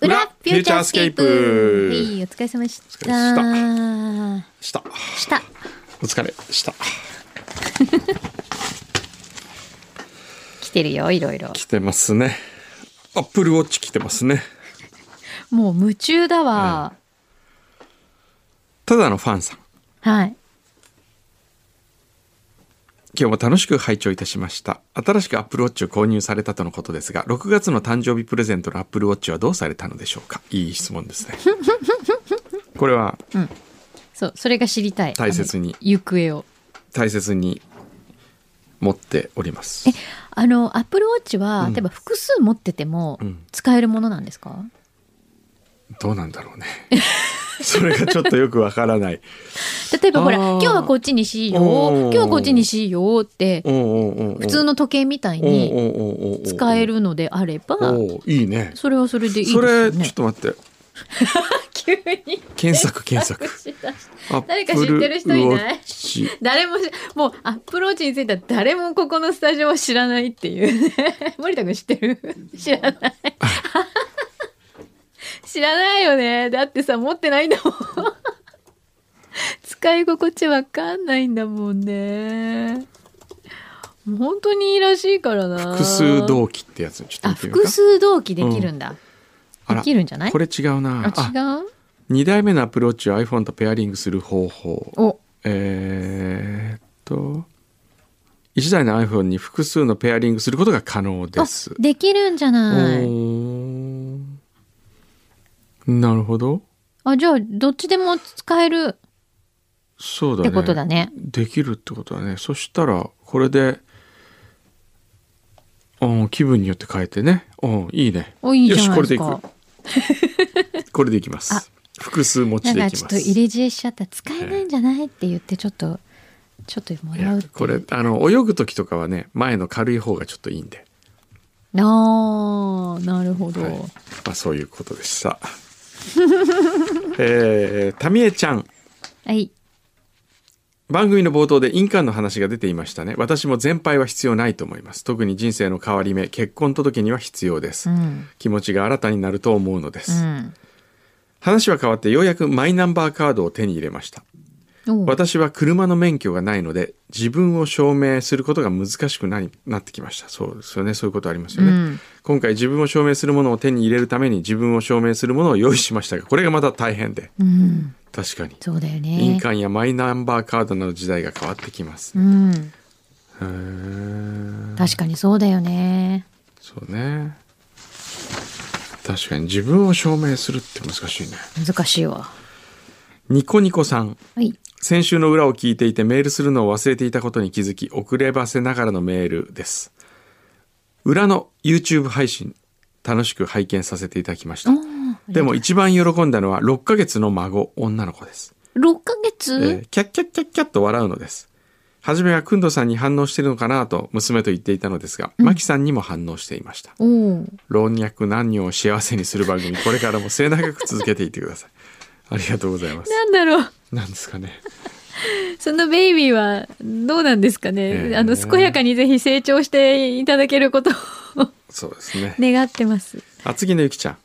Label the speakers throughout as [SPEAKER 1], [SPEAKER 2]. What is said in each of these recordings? [SPEAKER 1] チャースケープ
[SPEAKER 2] はい、お疲れ様でし
[SPEAKER 1] お疲
[SPEAKER 2] た。
[SPEAKER 1] した
[SPEAKER 2] した。
[SPEAKER 1] お疲れした
[SPEAKER 2] 来てるよ、いろいろ。
[SPEAKER 1] 来てますねアップルウォッチ来てますね
[SPEAKER 2] もう夢中だわ。
[SPEAKER 1] ただのファンさん
[SPEAKER 2] はい。
[SPEAKER 1] 今日も楽しく拝聴いたしました新しくアップルウォッチを購入されたとのことですが6月の誕生日プレゼントのアップルウォッチはどうされたのでしょうかいい質問ですね これは
[SPEAKER 2] そう、それが知りたい。
[SPEAKER 1] 大切に
[SPEAKER 2] あの行方を。
[SPEAKER 1] 大切に持っております
[SPEAKER 2] えあの、アップルウォッチは、
[SPEAKER 1] うん
[SPEAKER 2] 例えば複数持ってても
[SPEAKER 1] うん、
[SPEAKER 2] 使えるものなんですか、
[SPEAKER 1] どうなんだろうねそれがちょっとよくわか らない
[SPEAKER 2] 例えばほら、
[SPEAKER 1] あー
[SPEAKER 2] 今日はこっちにしよ
[SPEAKER 1] お
[SPEAKER 2] う
[SPEAKER 1] ー、
[SPEAKER 2] 今日はこっちにしようって、
[SPEAKER 1] 普
[SPEAKER 2] 普通の時計みたいに
[SPEAKER 1] に
[SPEAKER 2] 使えるのであれば、
[SPEAKER 1] おーいいね
[SPEAKER 2] それはそれでいいです
[SPEAKER 1] そ
[SPEAKER 2] よ
[SPEAKER 1] れ
[SPEAKER 2] ね。
[SPEAKER 1] ちょっと待って
[SPEAKER 2] 急に
[SPEAKER 1] 検索検索
[SPEAKER 2] 口出して
[SPEAKER 1] アッ
[SPEAKER 2] 誰か知ってる人いない
[SPEAKER 1] プルウォッチ
[SPEAKER 2] 誰もしもうアップローチについては誰もここのスタジオは知らないって いうね森田君知ってる知らない知らないよねだってさ持ってないんだもん使い心地わかんないんだもんねもう本当にいいらしいからな
[SPEAKER 1] 複数同期ってやつちょ
[SPEAKER 2] あ
[SPEAKER 1] っと見てみよう
[SPEAKER 2] 複
[SPEAKER 1] か
[SPEAKER 2] 数同期できるんだ、
[SPEAKER 1] あら
[SPEAKER 2] できるんじゃない
[SPEAKER 1] これ違うな
[SPEAKER 2] あ違う
[SPEAKER 1] 2代目のアプローチを iPhone とペアリングする方法
[SPEAKER 2] お
[SPEAKER 1] えーっと1台の iPhone に複数のペアリングすることが可能です
[SPEAKER 2] あできるんじゃ
[SPEAKER 1] お
[SPEAKER 2] ない
[SPEAKER 1] ーなるほど
[SPEAKER 2] あじゃあどっちでも使える
[SPEAKER 1] そうだ
[SPEAKER 2] っ
[SPEAKER 1] ね
[SPEAKER 2] てことだね
[SPEAKER 1] できるってことだねそしたらこれで、うん、気分によって変えてね、うん、いいね
[SPEAKER 2] おいいじゃない
[SPEAKER 1] よ
[SPEAKER 2] で
[SPEAKER 1] し
[SPEAKER 2] す
[SPEAKER 1] これ
[SPEAKER 2] か
[SPEAKER 1] でいくこれでいきます複数持ち
[SPEAKER 2] なん
[SPEAKER 1] でい
[SPEAKER 2] か
[SPEAKER 1] き
[SPEAKER 2] ちょ
[SPEAKER 1] ま
[SPEAKER 2] っと
[SPEAKER 1] す
[SPEAKER 2] 入れ知恵しちゃった使えないんじゃないって言ってちょっとちょっともらうっ
[SPEAKER 1] い
[SPEAKER 2] て
[SPEAKER 1] や
[SPEAKER 2] いう
[SPEAKER 1] これあの泳ぐ時とかはね前の軽い方がちょっといいんで、
[SPEAKER 2] あーなるほど、
[SPEAKER 1] はいまあ、そういうことでした、 えー、タミエちゃん
[SPEAKER 2] はい
[SPEAKER 1] 番組の冒頭で印鑑の話が出ていましたね私も全敗は必要ないと思います特に人生の変わり目結婚届には必要です、
[SPEAKER 2] うん
[SPEAKER 1] 気持ちが新たになると思うので
[SPEAKER 2] う
[SPEAKER 1] す、
[SPEAKER 2] ん
[SPEAKER 1] 話は変わってようやくマイナンバーカードを手に入れました
[SPEAKER 2] おう
[SPEAKER 1] 私は車の免許がないので自分を証明することが難しくなりなってきましたそうですよねそういうことありますよね、
[SPEAKER 2] うん
[SPEAKER 1] 今回自分を証明するものを手に入れるために自分を証明するものを用意しましたがこれがまた大変で
[SPEAKER 2] うん
[SPEAKER 1] 確かに
[SPEAKER 2] そうだよ
[SPEAKER 1] 印
[SPEAKER 2] ね
[SPEAKER 1] 鑑やマイナンバーカードなど時代が変わってきます、
[SPEAKER 2] うん
[SPEAKER 1] へー
[SPEAKER 2] 確かにそうだよね
[SPEAKER 1] そうね確かに自分を証明するって難しいね
[SPEAKER 2] 難しいわ
[SPEAKER 1] ニコニコさん
[SPEAKER 2] はい
[SPEAKER 1] 先週の裏を聞いていてメールするのを忘れていたことに気づき遅ればせながらのメールです裏の YouTube 配信楽しく拝見させていただきましたでも一番喜んだのは6ヶ月の孫女の子です、
[SPEAKER 2] 6ヶ
[SPEAKER 1] え
[SPEAKER 2] 月
[SPEAKER 1] ーキャッキャッキャッキャッと笑うのです初めはくんどさんに反応してるのかなと娘と言っていたのですが、まきさんにも反応していました
[SPEAKER 2] おお
[SPEAKER 1] 老若男女を幸せにする番組これからも末永く続けていってくださいありがとうございます
[SPEAKER 2] なんだろう
[SPEAKER 1] なんですかね
[SPEAKER 2] そのベイビーはどうなんですかね、
[SPEAKER 1] ええ
[SPEAKER 2] あの健やかにぜひ成長していただけることを
[SPEAKER 1] そうですね
[SPEAKER 2] 願ってます
[SPEAKER 1] 厚木のゆきちゃん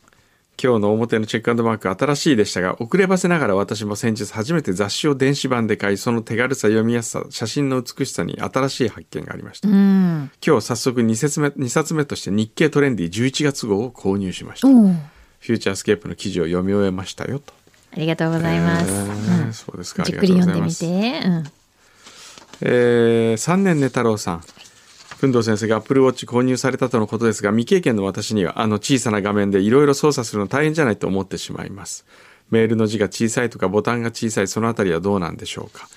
[SPEAKER 1] 今日の表のチェックマーク新しいでしたが遅ればせながら私も先日初めて雑誌を電子版で買いその手軽さ読みやすさ写真の美しさに新しい発見がありました、
[SPEAKER 2] うん
[SPEAKER 1] 今日早速 2, 節目2冊目として日経トレンディ11月号を購入しました、フ
[SPEAKER 2] おお
[SPEAKER 1] ューチャースケープの記事を読み終えましたよと
[SPEAKER 2] ありがとうございます。
[SPEAKER 1] えーそうです
[SPEAKER 2] うん、
[SPEAKER 1] かあ
[SPEAKER 2] じ
[SPEAKER 1] り
[SPEAKER 2] っく
[SPEAKER 1] がとう
[SPEAKER 2] り読
[SPEAKER 1] ござい
[SPEAKER 2] んで
[SPEAKER 1] ま
[SPEAKER 2] み
[SPEAKER 1] す
[SPEAKER 2] て。うん、
[SPEAKER 1] えー、3年寝太郎さん工藤先生がアップルウォッチ購入されたとのことですが未経験の私にはあの小さな画面でいろいろ操作するの大変じゃないと思ってしまいますメールの字が小さいとかボタンが小さいそのあたりはどうなんでしょうか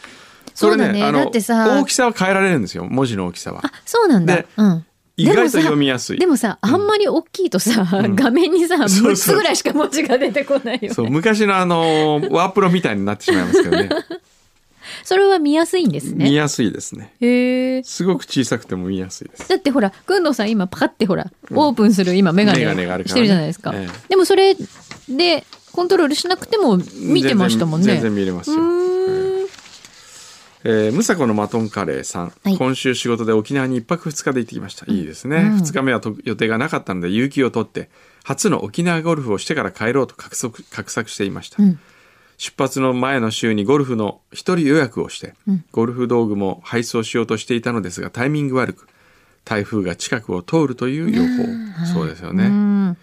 [SPEAKER 2] そうだね
[SPEAKER 1] これあの
[SPEAKER 2] だってさ
[SPEAKER 1] 大きさは変えられるんですよ文字の大きさは
[SPEAKER 2] あ、そうなんだ
[SPEAKER 1] で。
[SPEAKER 2] うん。
[SPEAKER 1] 意外と
[SPEAKER 2] でもさ
[SPEAKER 1] 読みやすい
[SPEAKER 2] でもさ、あんまり大きいとさ、画面にさ、
[SPEAKER 1] そう
[SPEAKER 2] 6つぐらいしか文字が出てこないよ、ね。
[SPEAKER 1] そう昔のあのーワープロみたいになってしまいますけど ね
[SPEAKER 2] それは見やすいんです
[SPEAKER 1] 見
[SPEAKER 2] ね。
[SPEAKER 1] やすいですね
[SPEAKER 2] へえ。
[SPEAKER 1] すごく小さくても見やすいです
[SPEAKER 2] だってほら、くんどうさん今パカってほら、オープンする今メガネ
[SPEAKER 1] メガネがあるからね
[SPEAKER 2] してるじゃないですか。
[SPEAKER 1] ええ
[SPEAKER 2] でもそれでコントロールしなくても見てましたもんね。
[SPEAKER 1] 全然全然見れますよ
[SPEAKER 2] うーん
[SPEAKER 1] えー、ムサコのマトンカレーさん、
[SPEAKER 2] はい
[SPEAKER 1] 今週仕事で沖縄に1泊2日で行ってきましたいいですね、
[SPEAKER 2] うん
[SPEAKER 1] 2日目はと予定がなかったので有給を取って初の沖縄ゴルフをしてから帰ろうと画策画策していました、
[SPEAKER 2] うん
[SPEAKER 1] 出発の前の週にゴルフの一人予約をして、
[SPEAKER 2] うん
[SPEAKER 1] ゴルフ道具も配送しようとしていたのですがタイミング悪く台風が近くを通るという予報そうですよね、
[SPEAKER 2] うん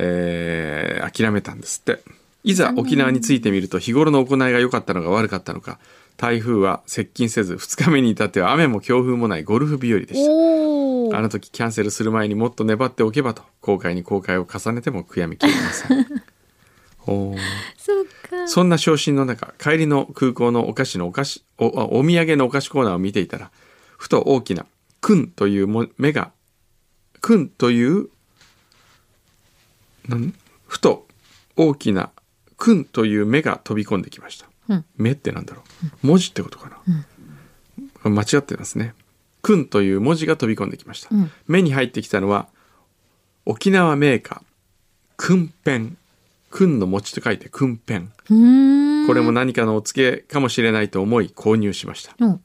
[SPEAKER 1] えー諦めたんですっていざ沖縄に着いてみると日頃の行いが良かったのか悪かったのか台風は接近せず2日目に至っては雨も強風もないゴルフ日和でし
[SPEAKER 2] お
[SPEAKER 1] たあ
[SPEAKER 2] ー
[SPEAKER 1] の時キャンセルする前にもっと粘っておけばと後悔に後悔を重ねても悔やみきれま せんおー
[SPEAKER 2] そっか
[SPEAKER 1] そんな昇進の中帰りの空港のお菓子のお菓子おあお土産のお菓子コーナーを見ていたらふと大きな「くん」というも目が「くん」というなんふと大きな「くん」という目が飛び込んできました
[SPEAKER 2] うん
[SPEAKER 1] 目ってなんだろう文字ってことかな、これ間違ってますね「くん」という文字が飛び込んできました、
[SPEAKER 2] うん
[SPEAKER 1] 目に入ってきたのは沖縄メーカー「くんぺん」「くんの餅」と書いて「くんぺん」
[SPEAKER 2] うーん
[SPEAKER 1] これも何かのお付けかもしれないと思い購入しました。
[SPEAKER 2] うん
[SPEAKER 1] へ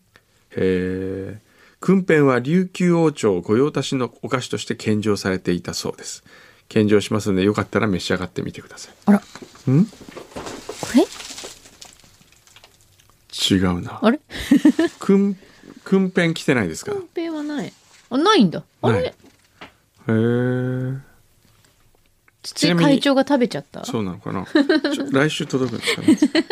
[SPEAKER 1] え。訓編は琉球王朝御用達のお菓子として献上されていたそうです。献上しますのでよかったら召し上がってみてください。
[SPEAKER 2] あら
[SPEAKER 1] ん
[SPEAKER 2] これ
[SPEAKER 1] 違うな。
[SPEAKER 2] あれ
[SPEAKER 1] 訓訓編来てないですか。へ
[SPEAKER 2] 本編はないあないんだあ
[SPEAKER 1] ない
[SPEAKER 2] れ
[SPEAKER 1] え。
[SPEAKER 2] 筒井会長が食べちゃった
[SPEAKER 1] そうなのかな。ちょ来週届くんですかね。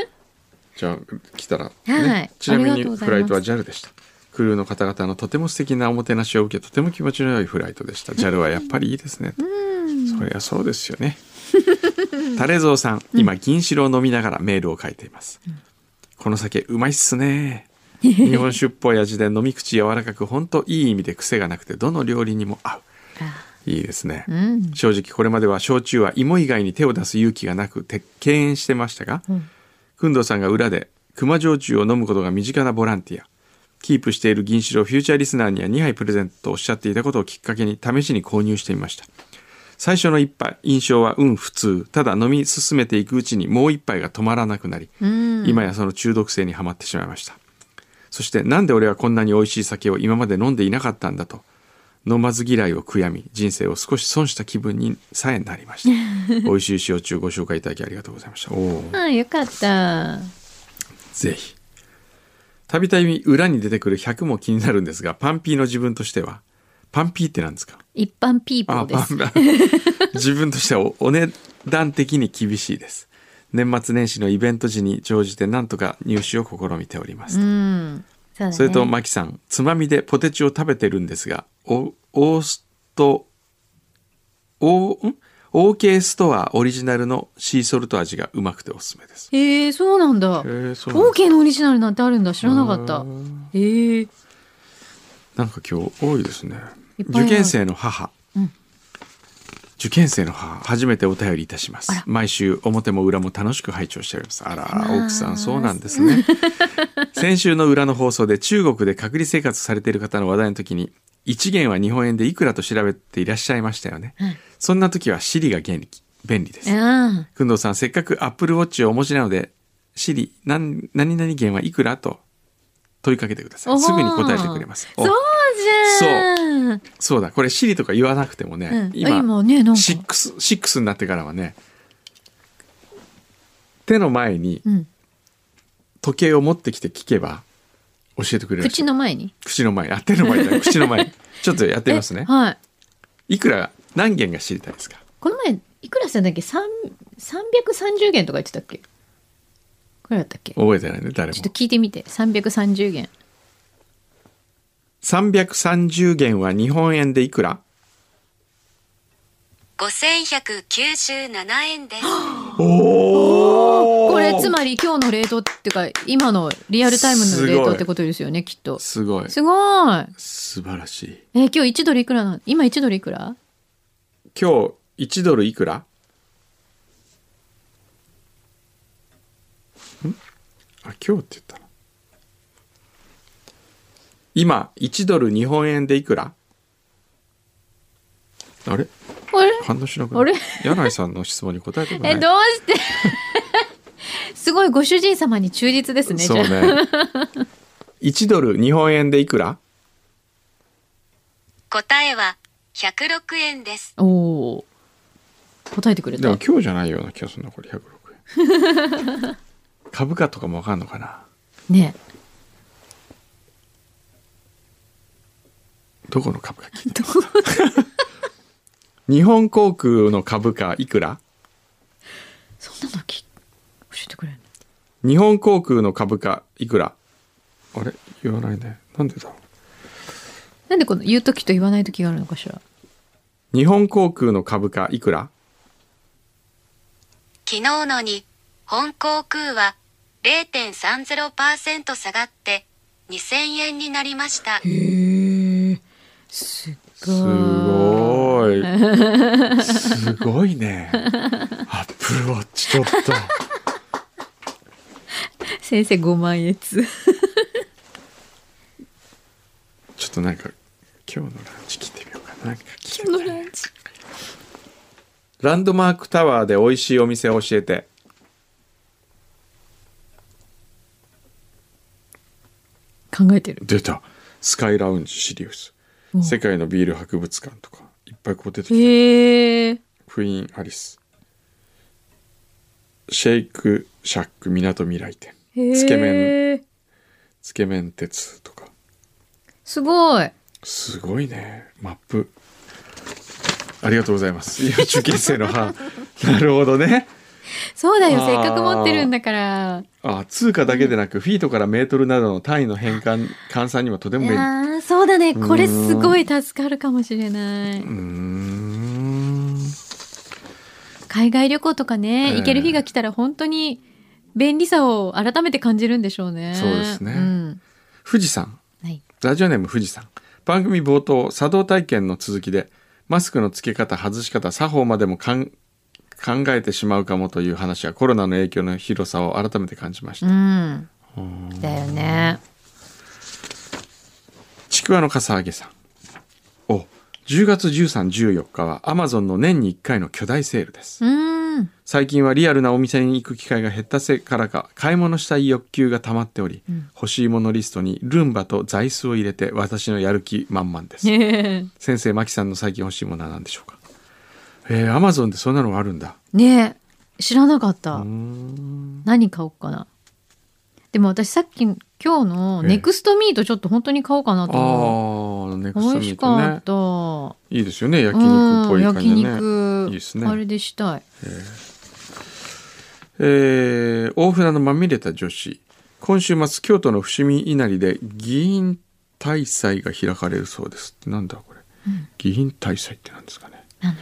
[SPEAKER 1] じゃあ来たら、ね
[SPEAKER 2] はい
[SPEAKER 1] ちなみ
[SPEAKER 2] あり
[SPEAKER 1] に
[SPEAKER 2] がとうございます
[SPEAKER 1] フライトは JAL でした。クルーの方々のとても素敵なおもてなしを受けとても気持ちの良いフライトでした。JAL はやっぱりいいですね。そりゃそうですよね。 タレゾウさん、今銀白を飲みながらメールを書いています。この酒うまいっ すね。日本酒っぽい味で飲み口柔らかく本当いい意味で癖がなくてどの料理にも合う。
[SPEAKER 2] あ
[SPEAKER 1] いいですね。
[SPEAKER 2] うん
[SPEAKER 1] 正直これまでは焼酎は芋以外に手を出す勇気がなくて敬遠してましたが、
[SPEAKER 2] うん
[SPEAKER 1] 工藤さんが裏で熊焼酎を飲むことが身近なボランティアキープしている銀白をフューチャーリスナーには2杯プレゼントとおっしゃっていたことをきっかけに試しに購入してみました最初の1杯印象は運普通ただ飲み進めていくうちにもう1杯が止まらなくなり、
[SPEAKER 2] うん
[SPEAKER 1] 今やその中毒性にはまってしまいましたそしてなんで俺はこんなに美味しい酒を今まで飲んでいなかったんだと飲まず嫌いを悔やみ人生を少し損した気分にさえなりました 美味しい焼酎ご紹介いただきありがとうございましたおお
[SPEAKER 2] ああよかった
[SPEAKER 1] ぜひたびたび裏に出てくる100も気になるんですがパンピーの自分としてはパンピーって何ですか
[SPEAKER 2] 一般ピーポーで
[SPEAKER 1] パ
[SPEAKER 2] す
[SPEAKER 1] ン 自分としてはおお値段的に厳しいです年末年始のイベント時に乗じてなんとか入手を試みております、
[SPEAKER 2] うんそうだね
[SPEAKER 1] それとマキさんつまみでポテチを食べてるんですがおオーストオーん OK ストアオリジナルのシーソルト味がうまくておすすめです
[SPEAKER 2] へえそうなんだ
[SPEAKER 1] へーそうなんだ
[SPEAKER 2] オーケーのオリジナルなんてあるんだ知らなかったへえ
[SPEAKER 1] なんか今日多いですね。
[SPEAKER 2] いっぱいある
[SPEAKER 1] 受験生の母、
[SPEAKER 2] うん
[SPEAKER 1] 受験生の母、初めてお便りいたします
[SPEAKER 2] あら。
[SPEAKER 1] 毎週表も裏も楽しく拝聴しております。あらあ
[SPEAKER 2] あら
[SPEAKER 1] ら、奥さんそうなんです ね。先週の裏の放送で中国で隔離生活されている方の話題の時に、一元は日本円でいくらと調べていらっしゃいましたよね。
[SPEAKER 2] はい
[SPEAKER 1] そんな時は Siri が便利便利です。
[SPEAKER 2] あ
[SPEAKER 1] くんどうさん、せっかく Apple Watch をお持ちなので、Siri、なん何々元はいくらと問いかけてくださ
[SPEAKER 2] お
[SPEAKER 1] い。
[SPEAKER 2] ー
[SPEAKER 1] すぐに答えてくれます。
[SPEAKER 2] そうじゃんそう、
[SPEAKER 1] そうだ、これシリとか言わなくてもね、
[SPEAKER 2] うん、今
[SPEAKER 1] 今、
[SPEAKER 2] ねなんか
[SPEAKER 1] シックス、シックスになってからはね、手の前に
[SPEAKER 2] うん、
[SPEAKER 1] 時計を持ってきて聞けば、教えてくれるらしい
[SPEAKER 2] 口の前に
[SPEAKER 1] 口の前、あ、手の前 だ、口の前。ちょっとやってみますね
[SPEAKER 2] え。はい
[SPEAKER 1] いくら、何件が知りたいですか
[SPEAKER 2] この前いくらしたんだっけ三三百三十元とか言ってたっけこれだったっけちょ
[SPEAKER 1] 覚えてないね、誰も
[SPEAKER 2] っ。と聞いてみて三百三十元
[SPEAKER 1] 330元は日本円でいくら
[SPEAKER 3] 5197円です。
[SPEAKER 1] お
[SPEAKER 2] これつまり今日のレートっていうか今のリアルタイムのレー
[SPEAKER 1] すご
[SPEAKER 2] ト
[SPEAKER 1] い
[SPEAKER 2] ってことですよねきっと
[SPEAKER 1] すごい。
[SPEAKER 2] すごい
[SPEAKER 1] 素晴らしい。
[SPEAKER 2] えー今日1ドルいくらなの今1ドルいくら
[SPEAKER 1] 今日、1ドルいくらんあ、今日って言ったな。今、1ドル日本円でいくら
[SPEAKER 2] あ
[SPEAKER 1] あれ
[SPEAKER 2] れ
[SPEAKER 1] 反応しなくなる
[SPEAKER 2] あれ
[SPEAKER 1] 柳井さんの質問に答えてくれ
[SPEAKER 2] え
[SPEAKER 1] ない。
[SPEAKER 2] どうして すごいご主人様に忠実ですね
[SPEAKER 1] そう
[SPEAKER 2] じゃあ
[SPEAKER 1] ね。 1ドル日本円でいくら
[SPEAKER 3] 答えは106円です。
[SPEAKER 2] おおー。答えてくれ
[SPEAKER 1] で
[SPEAKER 2] た
[SPEAKER 1] も。今日じゃないような気がするなこれ106円 株価とかもわかんのかな
[SPEAKER 2] ね
[SPEAKER 1] どこの株価聞いた日本航空の株価いくら
[SPEAKER 2] え そんなのき教えてくれんの
[SPEAKER 1] 日本航空の株価いくらあれ言わないねなんでだろ
[SPEAKER 2] なんでこの言う時と言わない時があるのかしら。
[SPEAKER 1] う日本航空の株価いくら
[SPEAKER 3] 昨日のに、本航空は0.30%下がって2000円になりました。
[SPEAKER 2] へえ。すっごい。
[SPEAKER 1] すごいすごい ねアップルウォッチちょっと
[SPEAKER 2] 先生5万円つ。
[SPEAKER 1] ちょっとなんか今日のランチ聞いてみようかななんか聞いて
[SPEAKER 2] のランチ。
[SPEAKER 1] ランドマークタワーで美味しいお店教えて
[SPEAKER 2] 考えてる。
[SPEAKER 1] 出たスカイラウンジシリウス
[SPEAKER 2] お
[SPEAKER 1] 世界のビール博物館とかいっぱいこう出てきて
[SPEAKER 2] へえ。
[SPEAKER 1] クイーンアリスシェイクシャックみなとみらい店
[SPEAKER 2] へえ。
[SPEAKER 1] つけ麺つけ麺鉄とか
[SPEAKER 2] すごい。
[SPEAKER 1] すごいねマップありがとうございますいや受験生の 班なるほどね
[SPEAKER 2] そうだよ。
[SPEAKER 1] あー
[SPEAKER 2] せっかく持ってるんだから。
[SPEAKER 1] あ通貨だけでなくフィートからメートルなどの単位の変換換算にはとて
[SPEAKER 2] い
[SPEAKER 1] も便利
[SPEAKER 2] やーそうだね。これすごい助かるかもしれない。
[SPEAKER 1] うーん
[SPEAKER 2] 海外旅行とかね、
[SPEAKER 1] ええ
[SPEAKER 2] 行ける日が来たら本当に便利さを改めて感じるんでしょうね。
[SPEAKER 1] そうですね
[SPEAKER 2] ん
[SPEAKER 1] 富士山
[SPEAKER 2] はい。
[SPEAKER 1] ラジオネーム富士山番組冒頭茶道体験の続きでマスクの付け方外し方作法までもかん考えてしまうかもという話はコロナの影響の広さを改めて感じまし
[SPEAKER 2] う
[SPEAKER 1] た、
[SPEAKER 2] ん。だよね。
[SPEAKER 1] ちくわのかさあげさんお10月1314日はアマゾンの年に1回の巨大セールです
[SPEAKER 2] うん。
[SPEAKER 1] 最近はリアルなお店に行く機会が減ったせいからか買い物したい欲求が溜まっており、欲しいものリストにルンバと座椅子を入れて私のやる気満々です
[SPEAKER 2] ね
[SPEAKER 1] 先生マキさんの最近欲しいものは何でしょうかえー、アマゾンでそんなのがあるんだ
[SPEAKER 2] え。ねえ知らなかった
[SPEAKER 1] うー。ん
[SPEAKER 2] 何買おうかな。でも私さっき今日のネクストミートちょっと本当に買おうかな
[SPEAKER 1] あ
[SPEAKER 2] と思う。
[SPEAKER 1] ーネクス
[SPEAKER 2] 美
[SPEAKER 1] ト
[SPEAKER 2] 味
[SPEAKER 1] ミー
[SPEAKER 2] し
[SPEAKER 1] ト
[SPEAKER 2] かっ
[SPEAKER 1] ね
[SPEAKER 2] た。う
[SPEAKER 1] いいですよね焼肉っぽ
[SPEAKER 2] ん
[SPEAKER 1] い感
[SPEAKER 2] 焼
[SPEAKER 1] じでね
[SPEAKER 2] 肉
[SPEAKER 1] いいですね
[SPEAKER 2] あれでしたい。
[SPEAKER 1] えー大船のまみれた女子今週末京都の伏見稲荷で議員大祭が開かれるそうですなんだこれ、議員大祭ってなんですかね
[SPEAKER 2] なんだ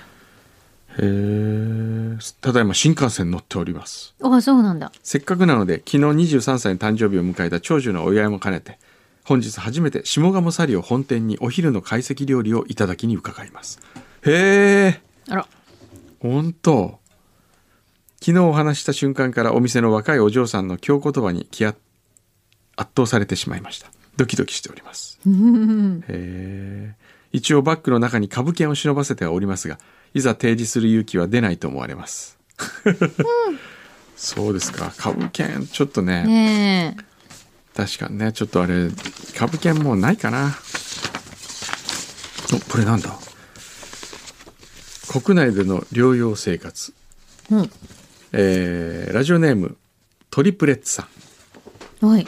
[SPEAKER 1] えーただいま新幹線乗っております
[SPEAKER 2] ろうあ、そうなんだ。
[SPEAKER 1] せっかくなので昨日23歳の誕生日を迎えた長寿のお祝いも兼ねて本日初めて下鴨サリオ本店にお昼の懐石料理をいただきに伺いますへえ
[SPEAKER 2] あら。
[SPEAKER 1] 本当昨日お話しした瞬間からお店の若いお嬢さんの京言葉に気圧圧倒されてしまいましたドキドキしております
[SPEAKER 2] うん
[SPEAKER 1] へえ一応バッグの中に株券を忍ばせてはおりますがいざ提示する勇気は出ないと思われます、 そうですか株券ちょっとね
[SPEAKER 2] ねえ。
[SPEAKER 1] 確かにねちょっとあれ株券もうないかなおこれなんだ国内での療養生活
[SPEAKER 2] うん。
[SPEAKER 1] えーラジオネームトリプレッツさん
[SPEAKER 2] はい。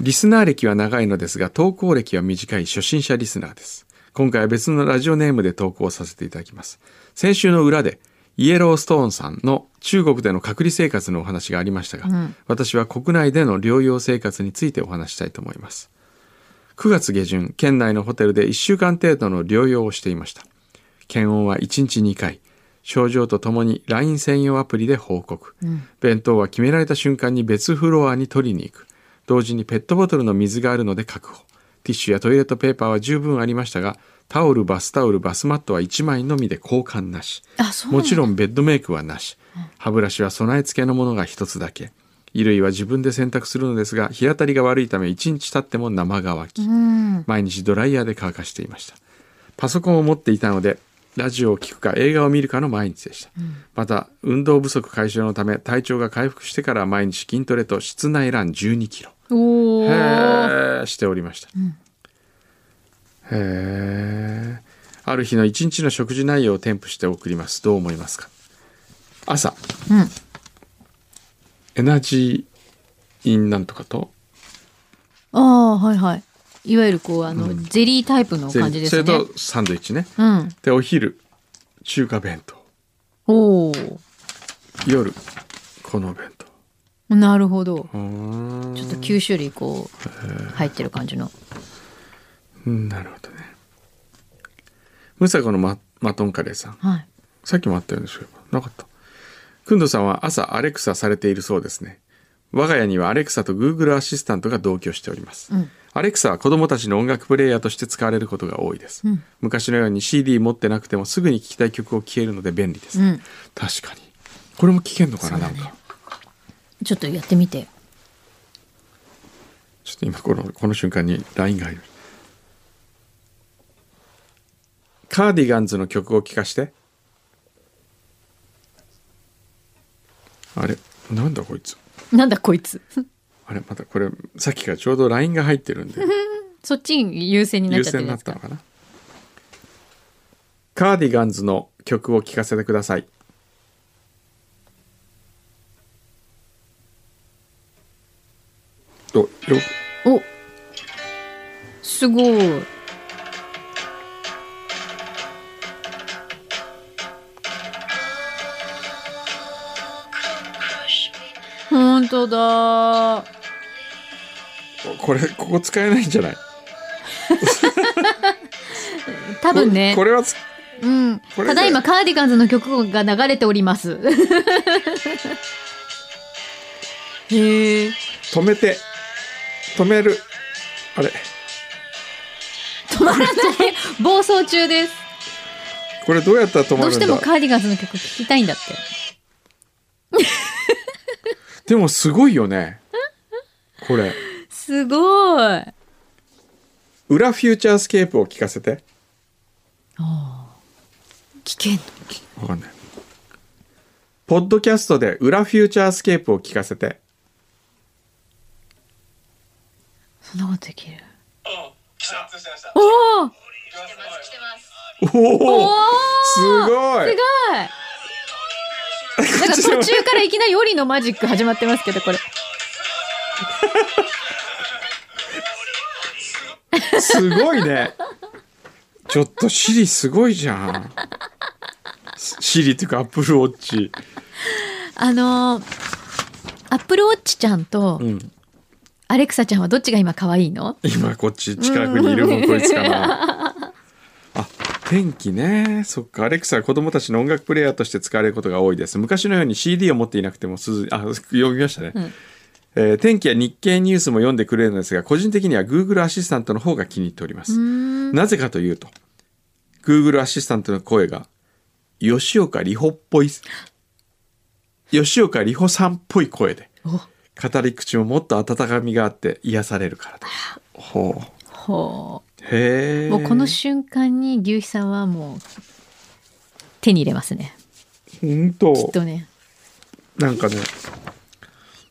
[SPEAKER 1] リスナー歴は長いのですが投稿歴は短い初心者リスナーです今回は別のラジオネームで投稿させていただきます先週の裏でイエローストーンさんの中国での隔離生活のお話がありましたが、
[SPEAKER 2] うん
[SPEAKER 1] 私は国内での療養生活についてお話ししたいと思います9月下旬県内のホテルで1週間程度の療養をしていました検温は1日2回症状とともに LINE 専用アプリで報告、弁当は決められた瞬間に別フロアに取りに行く同時にペットボトルの水があるので確保ティッシュやトイレットペーパーは十分ありましたがタオルバスタオルバスマットは1枚のみで交換なし
[SPEAKER 2] あ、そうなんだ
[SPEAKER 1] もちろんベッドメイクはなし歯ブラシは備え付けのものが一つだけ衣類は自分で洗濯するのですが日当たりが悪いため1日経っても生乾き、
[SPEAKER 2] うん。
[SPEAKER 1] 毎日ドライヤーで乾かしていましたパソコンを持っていたのでラジオを聞くか映画を見るかの毎日でした、また運動不足解消のため体調が回復してから毎日筋トレと室内ラン1 2キロ
[SPEAKER 2] おお。
[SPEAKER 1] へーしておりました、
[SPEAKER 2] ん
[SPEAKER 1] へーある日の一日の食事内容を添付して送りますどう思いますか朝
[SPEAKER 2] うん。
[SPEAKER 1] エナジーインなんとかと
[SPEAKER 2] ああ、はいはい。いわゆるこう、あの、
[SPEAKER 1] うん
[SPEAKER 2] ゼリータイプの感じで
[SPEAKER 1] そ
[SPEAKER 2] す
[SPEAKER 1] れ
[SPEAKER 2] ね。
[SPEAKER 1] とサンドイッチね
[SPEAKER 2] うん。
[SPEAKER 1] でお昼中華弁当
[SPEAKER 2] おお。
[SPEAKER 1] 夜この弁当
[SPEAKER 2] なるほど。
[SPEAKER 1] うーん
[SPEAKER 2] ちょっと9種類こう、入ってる感じの。
[SPEAKER 1] うんなるほどねムサコのママトンカレーさん
[SPEAKER 2] はい。
[SPEAKER 1] さっきもあったようですけどなかった。くんどさんは朝アレクサされているそうですね。我が家にはアレクサと Google アシスタントが同居しております。
[SPEAKER 2] うん
[SPEAKER 1] アレクサは子供たちの音楽プレイヤーとして使われることが多いです。
[SPEAKER 2] うん
[SPEAKER 1] 昔のように CD 持ってなくてもすぐに聴きたい曲を消えるので便利です。
[SPEAKER 2] うん
[SPEAKER 1] 確かに。これも聞けんのかな、
[SPEAKER 2] そうだ
[SPEAKER 1] なん
[SPEAKER 2] ね
[SPEAKER 1] か。
[SPEAKER 2] ちょっとやってみて。
[SPEAKER 1] ちょっと今この、この瞬間に LINE が入る。カーディガンズの曲を聴かして。あれ、なんだこいつ。
[SPEAKER 2] なんだこいつ。
[SPEAKER 1] あれ、またこれ、さっきからちょうど LINE が入ってるんで、
[SPEAKER 2] そっち優 先になっ
[SPEAKER 1] 優
[SPEAKER 2] ちゃって
[SPEAKER 1] 先
[SPEAKER 2] る
[SPEAKER 1] に
[SPEAKER 2] や
[SPEAKER 1] なっ
[SPEAKER 2] つ
[SPEAKER 1] たの
[SPEAKER 2] か。
[SPEAKER 1] かな。カーディガンズの曲を聴かせてください。お、よ、
[SPEAKER 2] おすごい。本当だ。
[SPEAKER 1] これ、ここ使えないんじゃない
[SPEAKER 2] 多分ね。
[SPEAKER 1] これはつ、
[SPEAKER 2] うん。
[SPEAKER 1] これ
[SPEAKER 2] ただいまカーディガンズの曲が流れており ます。へえ。
[SPEAKER 1] 止めて、止める。あれ、
[SPEAKER 2] 止まらない。暴走中です。
[SPEAKER 1] これどうやったら止ま
[SPEAKER 2] どう
[SPEAKER 1] る
[SPEAKER 2] し
[SPEAKER 1] ん
[SPEAKER 2] て
[SPEAKER 1] だ
[SPEAKER 2] もカーディガンズの曲聴きたいんだって。
[SPEAKER 1] でもすごいよね。これ。
[SPEAKER 2] すごい。
[SPEAKER 1] 裏フューチャースケープを聞かせて。
[SPEAKER 2] 聞けんの
[SPEAKER 1] わかんない。ポッドキャストで裏フューチャースケープを聞かせて。
[SPEAKER 2] そんなことできる。
[SPEAKER 4] 来た来ました
[SPEAKER 2] おお
[SPEAKER 1] お
[SPEAKER 2] お
[SPEAKER 1] おす
[SPEAKER 2] お
[SPEAKER 1] ごい
[SPEAKER 2] すごいなんか途中からいきなりオリのマジック始まってますけど、これ。
[SPEAKER 1] すごいね。ちょっとシリすごいじゃん。シリっていうかアップルウォッチ。
[SPEAKER 2] あのー、アップルウォッチちゃんと
[SPEAKER 1] うん。
[SPEAKER 2] アレクサちゃんはどっちが今可愛いの
[SPEAKER 1] 今こっち近くにいるもんこいつかな。あ天気ねそっかアレクサは子供たちの音楽プレイヤーとして使われることが多いです昔のように CD を持っていなくてもすずあ読みましたね、
[SPEAKER 2] ん
[SPEAKER 1] えー天気や日経ニュースも読んでくれるのですが個人的には Google アシスタントの方が気に入っておりますなぜかというと Google アシスタントの声が吉岡里帆っぽい吉岡里帆さんっぽい声で
[SPEAKER 2] お
[SPEAKER 1] 語り口ももっと温かみがあって癒されるからですほう
[SPEAKER 2] ほ
[SPEAKER 1] へ
[SPEAKER 2] う。
[SPEAKER 1] え。
[SPEAKER 2] もうこの瞬間に牛肥さんはもう手に入れますね。
[SPEAKER 1] 本
[SPEAKER 2] きっ
[SPEAKER 1] 当
[SPEAKER 2] とね。
[SPEAKER 1] なんかね、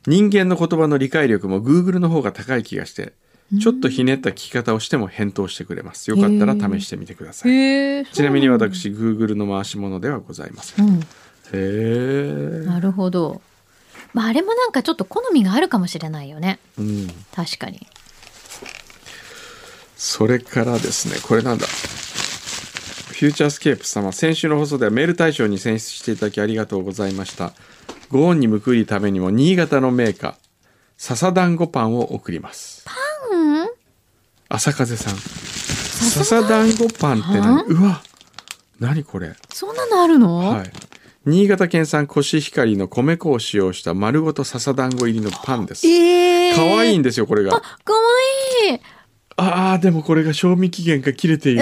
[SPEAKER 1] 人間の言葉の理解力も Google の方が高い気がして、ちょっとひねった聞き方をしても返答してくれます。よかったら試してみてください。
[SPEAKER 2] へえ。
[SPEAKER 1] ちなみに私 Google の回し物ではございません。
[SPEAKER 2] う
[SPEAKER 1] へ
[SPEAKER 2] ん。
[SPEAKER 1] え。
[SPEAKER 2] なるほど。まあ、あれもなんかちょっと好みがあるかもしれないよね。
[SPEAKER 1] うん。
[SPEAKER 2] 確かに。
[SPEAKER 1] それからですね、これなんだ。フューチャースケープ様、先週の放送ではメール大賞に選出していただきありがとうございました。ご恩に報いるためにも、新潟のメーカー、笹団子パンを送ります。
[SPEAKER 2] うん。
[SPEAKER 1] 朝風さん。笹団子パンって何
[SPEAKER 2] は
[SPEAKER 1] うわ何これ
[SPEAKER 2] そんなのあるの、
[SPEAKER 1] はい。新潟県産コシヒカリの米粉を使用した丸ごと笹団子入りのパンです。
[SPEAKER 2] ええー。
[SPEAKER 1] 可愛いいん
[SPEAKER 2] だ。
[SPEAKER 1] ですよ、これが。
[SPEAKER 2] かわいい。
[SPEAKER 1] ああでもこれが賞味期限が切れている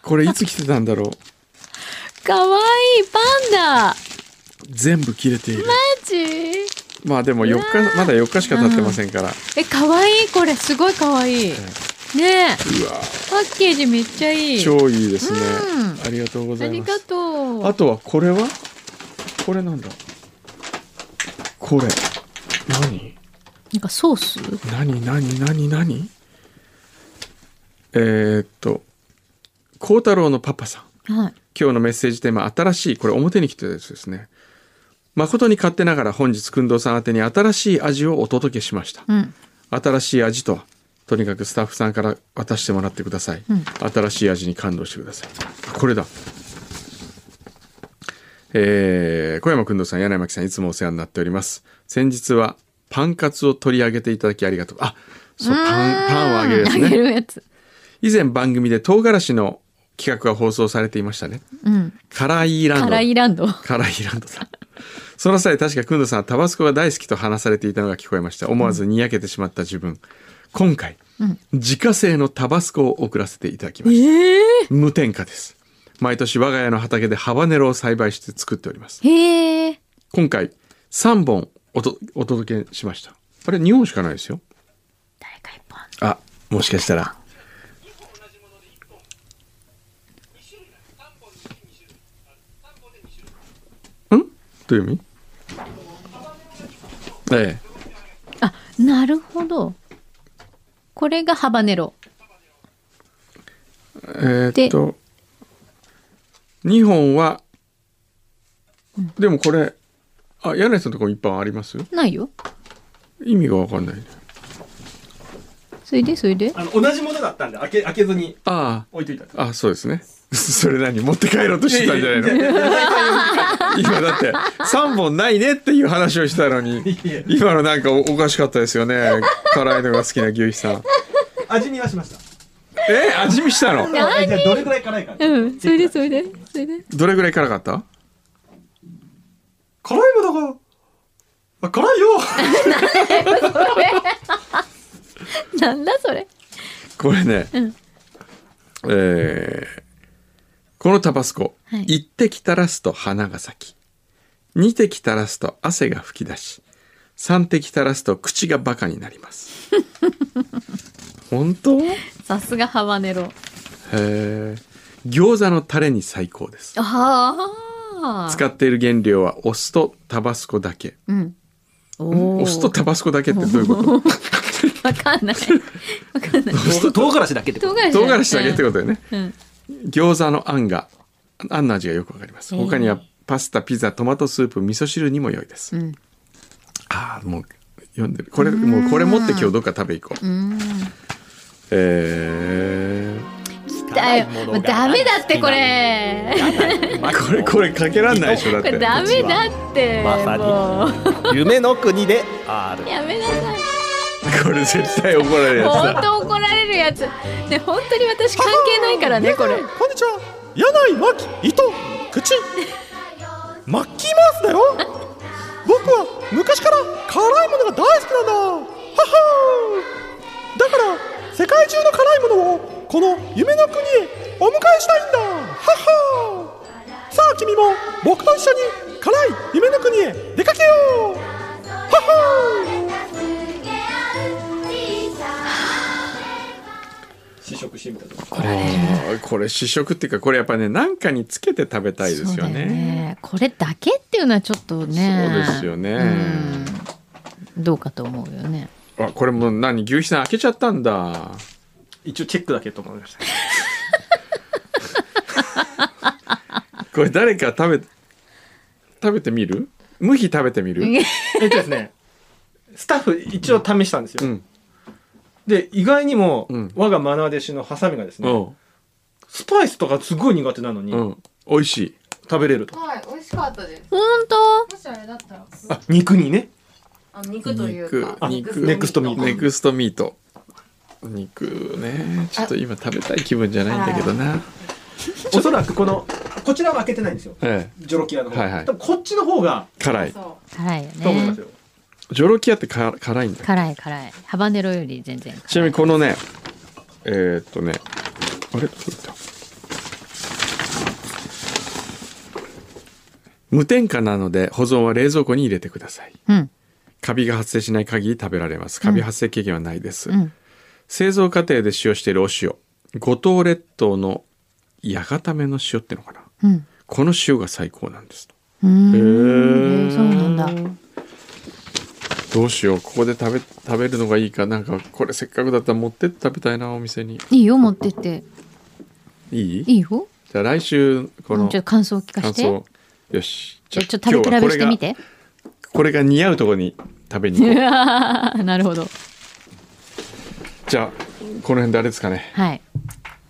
[SPEAKER 1] これいつ来てたんだろう
[SPEAKER 2] かわいいパンダ。マ
[SPEAKER 1] 全部切れている
[SPEAKER 2] ジ
[SPEAKER 1] まあでも4日まだ4日しか経ってませんから
[SPEAKER 2] え、かわいい。これ、すごいかわいい。ねえ。
[SPEAKER 1] うわ
[SPEAKER 2] パッケージめっちゃいい。
[SPEAKER 1] 超いいですね
[SPEAKER 2] うん
[SPEAKER 1] ありがとうござ
[SPEAKER 2] あ
[SPEAKER 1] い
[SPEAKER 2] り
[SPEAKER 1] ま
[SPEAKER 2] が
[SPEAKER 1] す
[SPEAKER 2] とう。
[SPEAKER 1] あとはこれはこれなんだこれ何
[SPEAKER 2] なんかソース
[SPEAKER 1] 何何何何えーっと孝太郎のパパさん
[SPEAKER 2] はい。
[SPEAKER 1] 今日のメッセージテーマ新しいこれ表に来てたやつですね誠に勝手ながら本日くんどうさん宛てに新しい味をお届けしました、
[SPEAKER 2] うん。
[SPEAKER 1] 新しい味とはとにかくスタッフさんから渡してもらってください、
[SPEAKER 2] うん
[SPEAKER 1] 新しい味に感動してくださいあこれだえー小山くんどうさん柳巻さんいつもお世話になっております先日はパンカツを取り上げていただきありがとうあそうパンパンをあげるやつ
[SPEAKER 2] あげ
[SPEAKER 1] ね
[SPEAKER 2] るやつ。
[SPEAKER 1] 以前番組で唐辛子の企画が放送されていましたね
[SPEAKER 2] うん。
[SPEAKER 1] カライーランド
[SPEAKER 2] カライランド。あ
[SPEAKER 1] カライーランドだ。その際確かくんどさんはタバスコが大好きと話されていたのが聞こえました。思わずにやけてしまった自分。今回、
[SPEAKER 2] ん
[SPEAKER 1] 自家製のタバスコを送らせていただきました。無添加です。毎年我が家の畑でハバネロを栽培して作っております。
[SPEAKER 2] へえ。
[SPEAKER 1] 今回、3本おとお届けしました。あれ、2本しかないですよ。
[SPEAKER 2] 誰か一本。
[SPEAKER 1] あ、もしかしたら。んどういう意味ええ。
[SPEAKER 2] あ、なるほど。これがハバネロ。
[SPEAKER 1] えーっと、2本は、でもこれ、あ、柳井さんのとこ一般あります
[SPEAKER 2] ないよ。
[SPEAKER 1] 意味がわかんないね。
[SPEAKER 2] それでそれで。
[SPEAKER 5] あの同じものだったんで開け開けずに
[SPEAKER 1] あ
[SPEAKER 5] 置いといた。
[SPEAKER 1] あ、あ、そうですね。 それ何持って帰ろうとしてたんじゃないの
[SPEAKER 5] いやいやいや
[SPEAKER 1] 今だって3本ないねっていう話をしたのに
[SPEAKER 5] いやいや
[SPEAKER 1] 今のなんかおおかしかったですよね辛いのが好きな牛肥さん
[SPEAKER 5] 味見はしました。
[SPEAKER 1] え味見したの
[SPEAKER 5] えじゃあどれくらい辛いか。
[SPEAKER 2] うん。それでそれで。それで。
[SPEAKER 1] どれぐらい辛かった
[SPEAKER 5] 辛いものがあ辛い よ。
[SPEAKER 2] なんだそれ。
[SPEAKER 1] これね、
[SPEAKER 2] うん
[SPEAKER 1] えーこのタバスコ、
[SPEAKER 2] はい
[SPEAKER 1] 一滴垂らすと花が咲き二滴垂らすと汗が噴き出し三滴垂らすと口がバカになります 本当へ
[SPEAKER 2] さすがハバネロ。
[SPEAKER 1] え餃子のタレに最高です
[SPEAKER 2] ああ。
[SPEAKER 1] 使っている原料はお酢とタバスコだけ。
[SPEAKER 2] うん。おー
[SPEAKER 1] お酢とタバスコだけってどういうこと
[SPEAKER 2] わかんない。わかんない。
[SPEAKER 5] 唐辛子だけって
[SPEAKER 2] 唐辛子。
[SPEAKER 1] 唐辛子だけってことだよね。
[SPEAKER 2] と。うん。
[SPEAKER 1] 餃子のあんが、あんの味がよくわかります。
[SPEAKER 2] へえ
[SPEAKER 1] 他にはパスタ、ピザ、トマトスープ、味噌汁にも良いです。
[SPEAKER 2] うん。
[SPEAKER 1] ああ、もう読んでる。これ、もうこれ持って今日どっか食べ行こう。
[SPEAKER 2] うん。
[SPEAKER 1] え
[SPEAKER 2] だよ。もうダメだってこれ。
[SPEAKER 1] ー、これ、これかけらんないでしょ、だっ
[SPEAKER 2] これ
[SPEAKER 1] て。
[SPEAKER 2] ダメだって。
[SPEAKER 5] まさに
[SPEAKER 2] もう。
[SPEAKER 5] 夢の国である。
[SPEAKER 2] やめなさい。
[SPEAKER 1] これ絶対怒られるやつ
[SPEAKER 2] 本
[SPEAKER 1] だ。
[SPEAKER 2] 当怒られるやつ。ね、本当に私関係ないからね、これ。
[SPEAKER 5] こんにちは。柳井真紀糸口。マッキーマウスだよ。僕は昔から辛いものが大好きなんだ。ははーだから世界中の辛いものをこの夢の国へお迎えしたいんだ。ははーさあ君も僕と一緒に辛い夢の国へ出かけよう。ははー試食してみたと
[SPEAKER 1] あーこれ試食っていうか、これやっぱね、なんかにつけて食べたいですよ
[SPEAKER 2] そうだよ
[SPEAKER 1] ね。
[SPEAKER 2] ね。これだけっていうのはちょっとね。
[SPEAKER 1] そうですよね
[SPEAKER 2] うん。どうかと思うよね。
[SPEAKER 1] あ、これもう何牛皮さん開けちゃったんだ。
[SPEAKER 5] 一応チェックだけと思いました。
[SPEAKER 1] これ誰か食べ食べてみる無比食べてみる
[SPEAKER 5] えっとですね、スタッフ一応試したんですよ。
[SPEAKER 1] うん
[SPEAKER 5] で、意外にも、
[SPEAKER 1] うん
[SPEAKER 5] 我がマナー弟子のハサミがですね、
[SPEAKER 1] うん
[SPEAKER 5] スパイスとかすごい苦手なのに、
[SPEAKER 1] うん美味しい
[SPEAKER 5] 食べれると。
[SPEAKER 6] はい、美味しかったです。
[SPEAKER 2] 本当。
[SPEAKER 6] もしあれだったら、
[SPEAKER 5] あ、肉にね。
[SPEAKER 6] あ肉というか、
[SPEAKER 1] あ肉
[SPEAKER 5] ネクストミート
[SPEAKER 1] ネクストミート肉ねちょっと今食べたい気分じゃないんだけどな
[SPEAKER 5] おそらくこの、こちらは開けてないんですよ。
[SPEAKER 1] ええ
[SPEAKER 5] ジョロキアの方。
[SPEAKER 1] はいはい
[SPEAKER 5] 多分こっちの方が、
[SPEAKER 1] 辛い
[SPEAKER 6] そ
[SPEAKER 2] 辛いよ
[SPEAKER 5] と思いま
[SPEAKER 2] ね
[SPEAKER 5] す。よ。
[SPEAKER 1] ジョロキアってか辛いんだよ
[SPEAKER 2] 辛い辛い。ハバネロより全然辛い。
[SPEAKER 1] ちなみにこのねえーっとねあれどこ行った無添加なので保存は冷蔵庫に入れてください
[SPEAKER 2] うん。
[SPEAKER 1] カビが発生しない限り食べられますカビ発生経験はないです、
[SPEAKER 2] うん。
[SPEAKER 1] 製造過程で使用しているお塩五島列島の八形目の塩ってのかな
[SPEAKER 2] うん。
[SPEAKER 1] この塩が最高なんです
[SPEAKER 2] うーん。そうなんだ。
[SPEAKER 1] どうしようここで食べ食べるのがいいかなんかこれせっかくだったら持ってって食べたいなお店に
[SPEAKER 2] いいよ持ってって
[SPEAKER 1] いい
[SPEAKER 2] いいよ
[SPEAKER 1] じゃあ来週こ
[SPEAKER 2] う
[SPEAKER 1] の
[SPEAKER 2] んちょっと感想を聞かせ
[SPEAKER 1] 感
[SPEAKER 2] て
[SPEAKER 1] 想よし
[SPEAKER 2] じゃあちょっと食べ比べしてみて
[SPEAKER 1] これが似合うとこに食べに行こ
[SPEAKER 2] うわー なるほど
[SPEAKER 1] うじゃあこの辺であれですかね
[SPEAKER 2] はい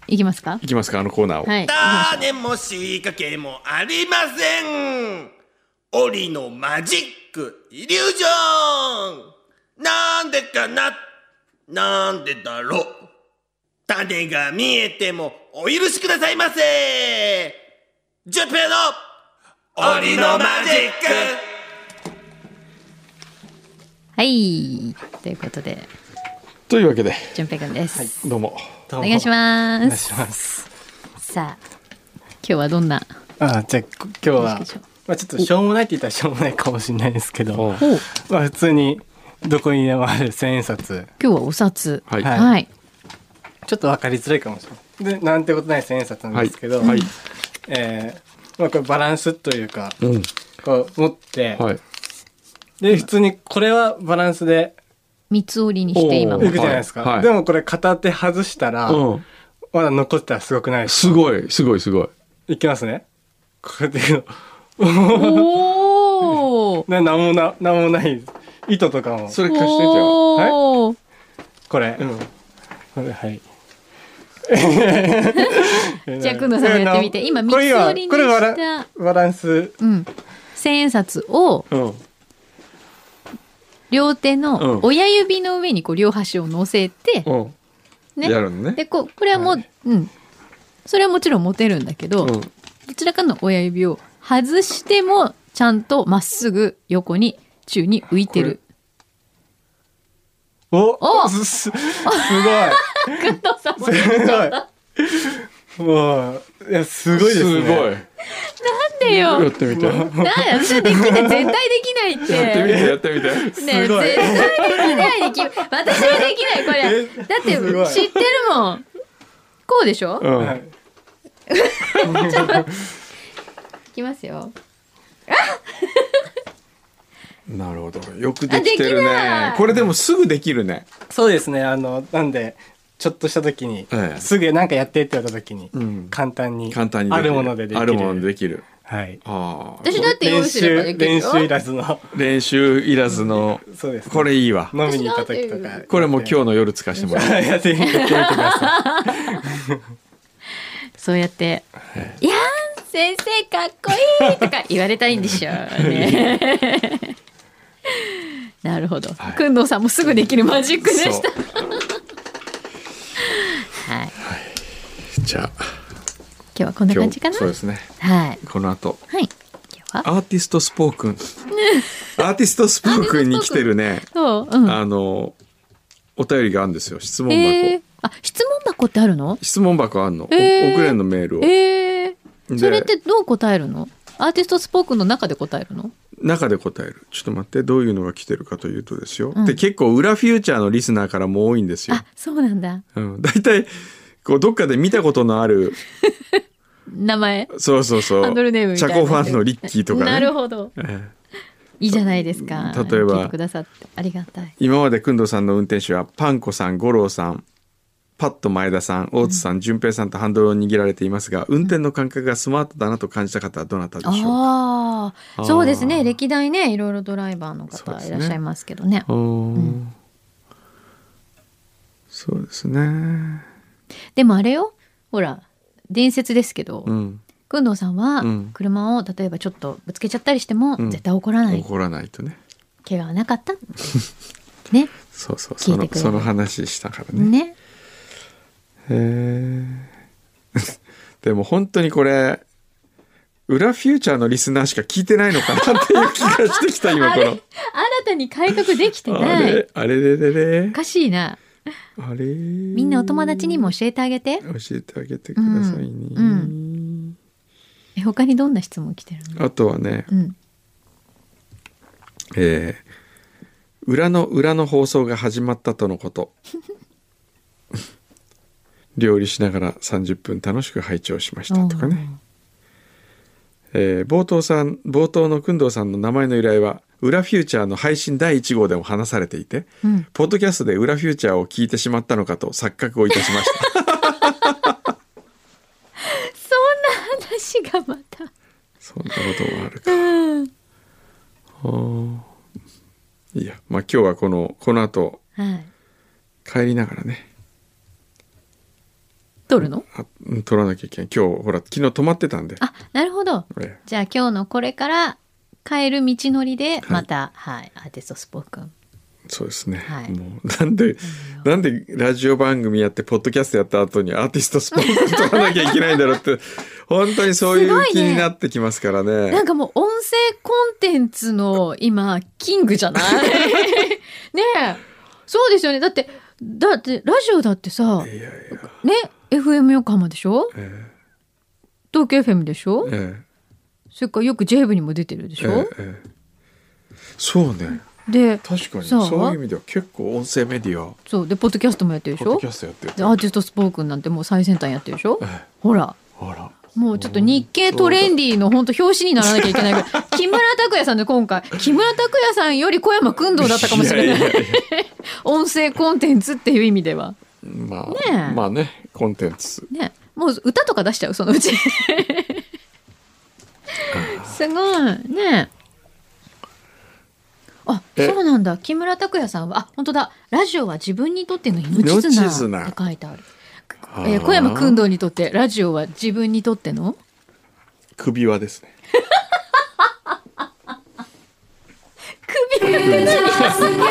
[SPEAKER 2] いきますか
[SPEAKER 1] いきますかあのコーナーを、
[SPEAKER 2] はい
[SPEAKER 7] 種も仕掛けもありません檻のマジックイリュージョンなんでかななんでだろう種が見えてもお許しくださいませジュンペイの檻のマジック
[SPEAKER 2] はいということで
[SPEAKER 1] というわけで
[SPEAKER 2] 純平くんです、
[SPEAKER 1] どうも
[SPEAKER 8] お
[SPEAKER 2] お願いします
[SPEAKER 8] お願いします
[SPEAKER 2] さあ今日はどんな
[SPEAKER 8] あーじゃあこ今日は
[SPEAKER 2] よいしょ、
[SPEAKER 8] まあ、ちょっとしょうもないって言ったらしょうもないかもしれないですけ
[SPEAKER 1] お
[SPEAKER 8] ど
[SPEAKER 1] う、
[SPEAKER 2] お今
[SPEAKER 8] まあ、普通にどこにでもある千円札
[SPEAKER 2] 日はお札
[SPEAKER 1] はい、
[SPEAKER 8] は
[SPEAKER 2] はいい、
[SPEAKER 8] ちょっと分かりづらいかもしれないでなんてことない千円札なんですけど、
[SPEAKER 1] はい
[SPEAKER 8] えーまあ、これバランスというか
[SPEAKER 1] うん
[SPEAKER 8] こう持って、
[SPEAKER 1] はい
[SPEAKER 8] で普通にこれはバランスで
[SPEAKER 2] 三つ折りにして今
[SPEAKER 1] お
[SPEAKER 8] い
[SPEAKER 1] ー
[SPEAKER 8] くじゃないですか、
[SPEAKER 1] はい
[SPEAKER 8] でもこれ片手外したら、
[SPEAKER 1] うん
[SPEAKER 8] まだ残ってたらすごくないです
[SPEAKER 1] すごいすごいすごい
[SPEAKER 8] いきますねこれで
[SPEAKER 2] おお
[SPEAKER 8] ななんもななんもない糸とかも
[SPEAKER 1] それ貸してじゃあ
[SPEAKER 2] おー
[SPEAKER 8] これ、これはい
[SPEAKER 2] じゃあくんのさんもやってみて今三つ折りに
[SPEAKER 8] これはこれ
[SPEAKER 2] し
[SPEAKER 8] バラン
[SPEAKER 2] た
[SPEAKER 8] バランス
[SPEAKER 2] うん千円札を
[SPEAKER 1] うん
[SPEAKER 2] 両手の
[SPEAKER 1] うん
[SPEAKER 2] 親指の上にこう両端を乗せて、
[SPEAKER 1] うん、
[SPEAKER 2] ね
[SPEAKER 1] やるのね
[SPEAKER 2] でこうこれはもう、うんそれはもちろん持てるんだけど、
[SPEAKER 1] うん
[SPEAKER 2] どちらかの親指を外してもちゃんとまっすぐ横に宙に浮いてる
[SPEAKER 8] お
[SPEAKER 2] お
[SPEAKER 8] すすすご い すごいもういやすごいです
[SPEAKER 1] す
[SPEAKER 8] ね
[SPEAKER 1] ごい
[SPEAKER 2] なんでよ
[SPEAKER 1] やってみてや
[SPEAKER 2] なんだよ私はできて絶対できないって
[SPEAKER 1] ってみてやってみて
[SPEAKER 2] ねえ
[SPEAKER 8] すごい
[SPEAKER 2] 絶対できないでき私はできないこれ
[SPEAKER 8] え
[SPEAKER 2] だ
[SPEAKER 8] すごい
[SPEAKER 2] って知ってるもんこうでしょ
[SPEAKER 1] う
[SPEAKER 8] は
[SPEAKER 1] ん
[SPEAKER 8] い
[SPEAKER 2] いきますよ
[SPEAKER 1] なるほどよくできて
[SPEAKER 2] あで
[SPEAKER 1] る
[SPEAKER 2] きな
[SPEAKER 1] ね
[SPEAKER 2] い
[SPEAKER 1] これでもすぐできるね
[SPEAKER 8] そうですねあのなんでちょっとした時に、
[SPEAKER 1] ええ
[SPEAKER 8] すぐなんかやってって言われた時に、
[SPEAKER 1] うん
[SPEAKER 8] 簡単に
[SPEAKER 1] 簡単に
[SPEAKER 8] あるものでできる
[SPEAKER 1] あるものでできる
[SPEAKER 8] はい
[SPEAKER 1] ああ
[SPEAKER 2] 私だって用
[SPEAKER 8] 練
[SPEAKER 2] 意すれば
[SPEAKER 8] 習
[SPEAKER 2] できる
[SPEAKER 8] 練
[SPEAKER 2] よ
[SPEAKER 8] 習いらずの
[SPEAKER 1] 練習いらずの
[SPEAKER 8] そうですね、
[SPEAKER 1] これいいわ
[SPEAKER 8] 飲みに行った時とか
[SPEAKER 1] これもう 今
[SPEAKER 8] 日
[SPEAKER 1] 日の夜使わせてもらう
[SPEAKER 8] やってみてくださ
[SPEAKER 2] そうやって「いやー先生かっこいい!」とか言われたいんでしょうね。 なるほど。
[SPEAKER 1] はい
[SPEAKER 2] くんどうさんもすぐできるマジックでし
[SPEAKER 1] そ
[SPEAKER 2] た。
[SPEAKER 1] う
[SPEAKER 2] はい。今
[SPEAKER 1] じゃあ
[SPEAKER 2] 日はこんな
[SPEAKER 1] 今
[SPEAKER 2] 感じ
[SPEAKER 1] 日
[SPEAKER 2] かな。
[SPEAKER 1] そう
[SPEAKER 2] は
[SPEAKER 1] で
[SPEAKER 2] い。
[SPEAKER 1] すね
[SPEAKER 2] はい。
[SPEAKER 1] この後
[SPEAKER 2] 今日は
[SPEAKER 1] アーティストスポークンアーティストスポークンに来てるね
[SPEAKER 2] そううん。
[SPEAKER 1] あのお便りがあるんですよ質問箱、
[SPEAKER 2] えー、あ質問箱ってあるの？
[SPEAKER 1] 質問箱あんの、
[SPEAKER 2] えー
[SPEAKER 1] お送れんのメールを、
[SPEAKER 2] ええー。
[SPEAKER 1] で
[SPEAKER 2] それってどう答えるの？アーティストスポークの中で答えるの？
[SPEAKER 1] 中で答えるちょっと待ってどういうのが来てるかというとですよ、
[SPEAKER 2] うん
[SPEAKER 1] で結構裏フューチャーのリスナーからも多いんですよ
[SPEAKER 2] あ、そうなんだ。
[SPEAKER 1] うん、大体こうどっかで見たことのある
[SPEAKER 2] 名前。
[SPEAKER 1] そうそうそう
[SPEAKER 2] ハンドルネームみ
[SPEAKER 1] チ
[SPEAKER 2] たい
[SPEAKER 1] ャ
[SPEAKER 2] な。
[SPEAKER 1] コファンのリッキーとかね
[SPEAKER 2] なるほど。
[SPEAKER 1] ええ
[SPEAKER 2] いいじゃないですか。
[SPEAKER 1] 例えば
[SPEAKER 2] 聞いてくださってありがたい。
[SPEAKER 1] 今まで工藤さんの運転手はパンコさん五郎さんパッと前田さん大津さん淳平さんとハンドルを握られていますが運転の感覚がスマートだなと感じた方はどなたでしょう
[SPEAKER 2] あ
[SPEAKER 1] あー
[SPEAKER 2] あ、そうですね。歴代ね、いろいろドライバーの
[SPEAKER 1] そうで
[SPEAKER 2] 方
[SPEAKER 1] す
[SPEAKER 2] い
[SPEAKER 1] ね
[SPEAKER 2] らっしゃいますけどね。
[SPEAKER 1] おー
[SPEAKER 2] うん
[SPEAKER 1] そうですね
[SPEAKER 2] でもあれよ、ほら、伝説ですけど
[SPEAKER 1] う、ん
[SPEAKER 2] くんどうさんは
[SPEAKER 1] うん
[SPEAKER 2] 車を例えばちょっとぶつけちゃったりしても
[SPEAKER 1] うん
[SPEAKER 2] 絶対怒らない、
[SPEAKER 1] 怒らないとね
[SPEAKER 2] 怪我はなか った。ね、
[SPEAKER 1] そうそ
[SPEAKER 2] 聞
[SPEAKER 1] うそ
[SPEAKER 2] いて
[SPEAKER 1] の
[SPEAKER 2] くれる
[SPEAKER 1] その話したからね
[SPEAKER 2] ね、
[SPEAKER 1] へえ でも本当にこれ裏フューチャーのリスナーしか聞いてないのかなっていう気がしてきた今この
[SPEAKER 2] 新たに改革できて
[SPEAKER 1] あ
[SPEAKER 2] ない
[SPEAKER 1] れ。あれれれれ
[SPEAKER 2] おかしいな。
[SPEAKER 1] あれ
[SPEAKER 2] み
[SPEAKER 1] み
[SPEAKER 2] んなお友達にも教えてあげて。
[SPEAKER 1] 教えてあげてくださいね、
[SPEAKER 2] うえ他にどんな質問来てるの？
[SPEAKER 1] あとはね
[SPEAKER 2] うん。
[SPEAKER 1] えー裏の裏の放送が始まったとのこと 料理しながら30分楽しく拝聴しましたとかね、えー冒頭さん冒頭の工藤さんの名前の由来は「裏フューチャー」の配信第1号でも話されていて、
[SPEAKER 2] うん
[SPEAKER 1] ポッドキャストで「裏フューチャー」を聞いてしまったのかと錯覚をいたしました
[SPEAKER 2] そんな話がまた。
[SPEAKER 1] そんなこともあるか
[SPEAKER 2] うん。
[SPEAKER 1] はあいやまあ今日はこのこの後
[SPEAKER 2] はい。
[SPEAKER 1] 帰りながらね
[SPEAKER 2] 撮るの
[SPEAKER 1] あうん撮らなきゃいけない今日ほら昨日泊まってたんで、
[SPEAKER 2] あ、なるほど。
[SPEAKER 1] え
[SPEAKER 2] じゃあ今日のこれから帰る道のりで、また、はい、アーティストスポークン。
[SPEAKER 1] えそうですね、
[SPEAKER 2] はい
[SPEAKER 1] もうなんでなんでラジオ番組やってポッドキャストやった後にアーティストスポークン撮らなきゃいけないんだろうって 本当にそうい
[SPEAKER 2] すごい
[SPEAKER 1] う
[SPEAKER 2] ね
[SPEAKER 1] 気になってきますからね
[SPEAKER 2] なんかもう音声コンテンツの今、キング じゃないねえ。そうですよね。だって、だって、ラジオだってさ、
[SPEAKER 1] いやいや
[SPEAKER 2] ね、FM 横浜でしょ
[SPEAKER 1] え
[SPEAKER 2] 東京 FM でしょ
[SPEAKER 1] ええ
[SPEAKER 2] それからよく j ブにも出てるで
[SPEAKER 1] え
[SPEAKER 2] しょ、
[SPEAKER 1] ええそうね
[SPEAKER 2] で、
[SPEAKER 1] 確かに
[SPEAKER 2] そう
[SPEAKER 1] そういう意味では結構音声メディア
[SPEAKER 2] そう、で、ポッドキャストもやってるでし
[SPEAKER 1] ポッド
[SPEAKER 2] ょ
[SPEAKER 1] キャストやってる
[SPEAKER 2] でアーティストスポークンなんてもう最先端やってるでしょ
[SPEAKER 1] ええ
[SPEAKER 2] ほら。
[SPEAKER 1] あら
[SPEAKER 2] もうちょっと日経トレンディの本当表紙にならなきゃいけないぐ らい。木村拓哉さんで今回、木村拓哉さんより小山君堂だったかもしれない。
[SPEAKER 1] いやいやいや
[SPEAKER 2] 音声コンテンツっていう意味では。
[SPEAKER 1] まあ、
[SPEAKER 2] ねえ
[SPEAKER 1] まあねコンテンツ
[SPEAKER 2] ね。もう歌とか出しちゃう、そのうち。すごい。ねあ、
[SPEAKER 1] え
[SPEAKER 2] そうなんだ。木村拓哉さんは、あ、本当だ。ラジオは自分にとっての命綱
[SPEAKER 1] 命
[SPEAKER 2] っ
[SPEAKER 1] 綱
[SPEAKER 2] て書いてある。
[SPEAKER 1] あ
[SPEAKER 2] え
[SPEAKER 1] ー
[SPEAKER 2] ー小山君堂にとって、ラジオは自分にとっての
[SPEAKER 1] 首輪ですね
[SPEAKER 2] 首って何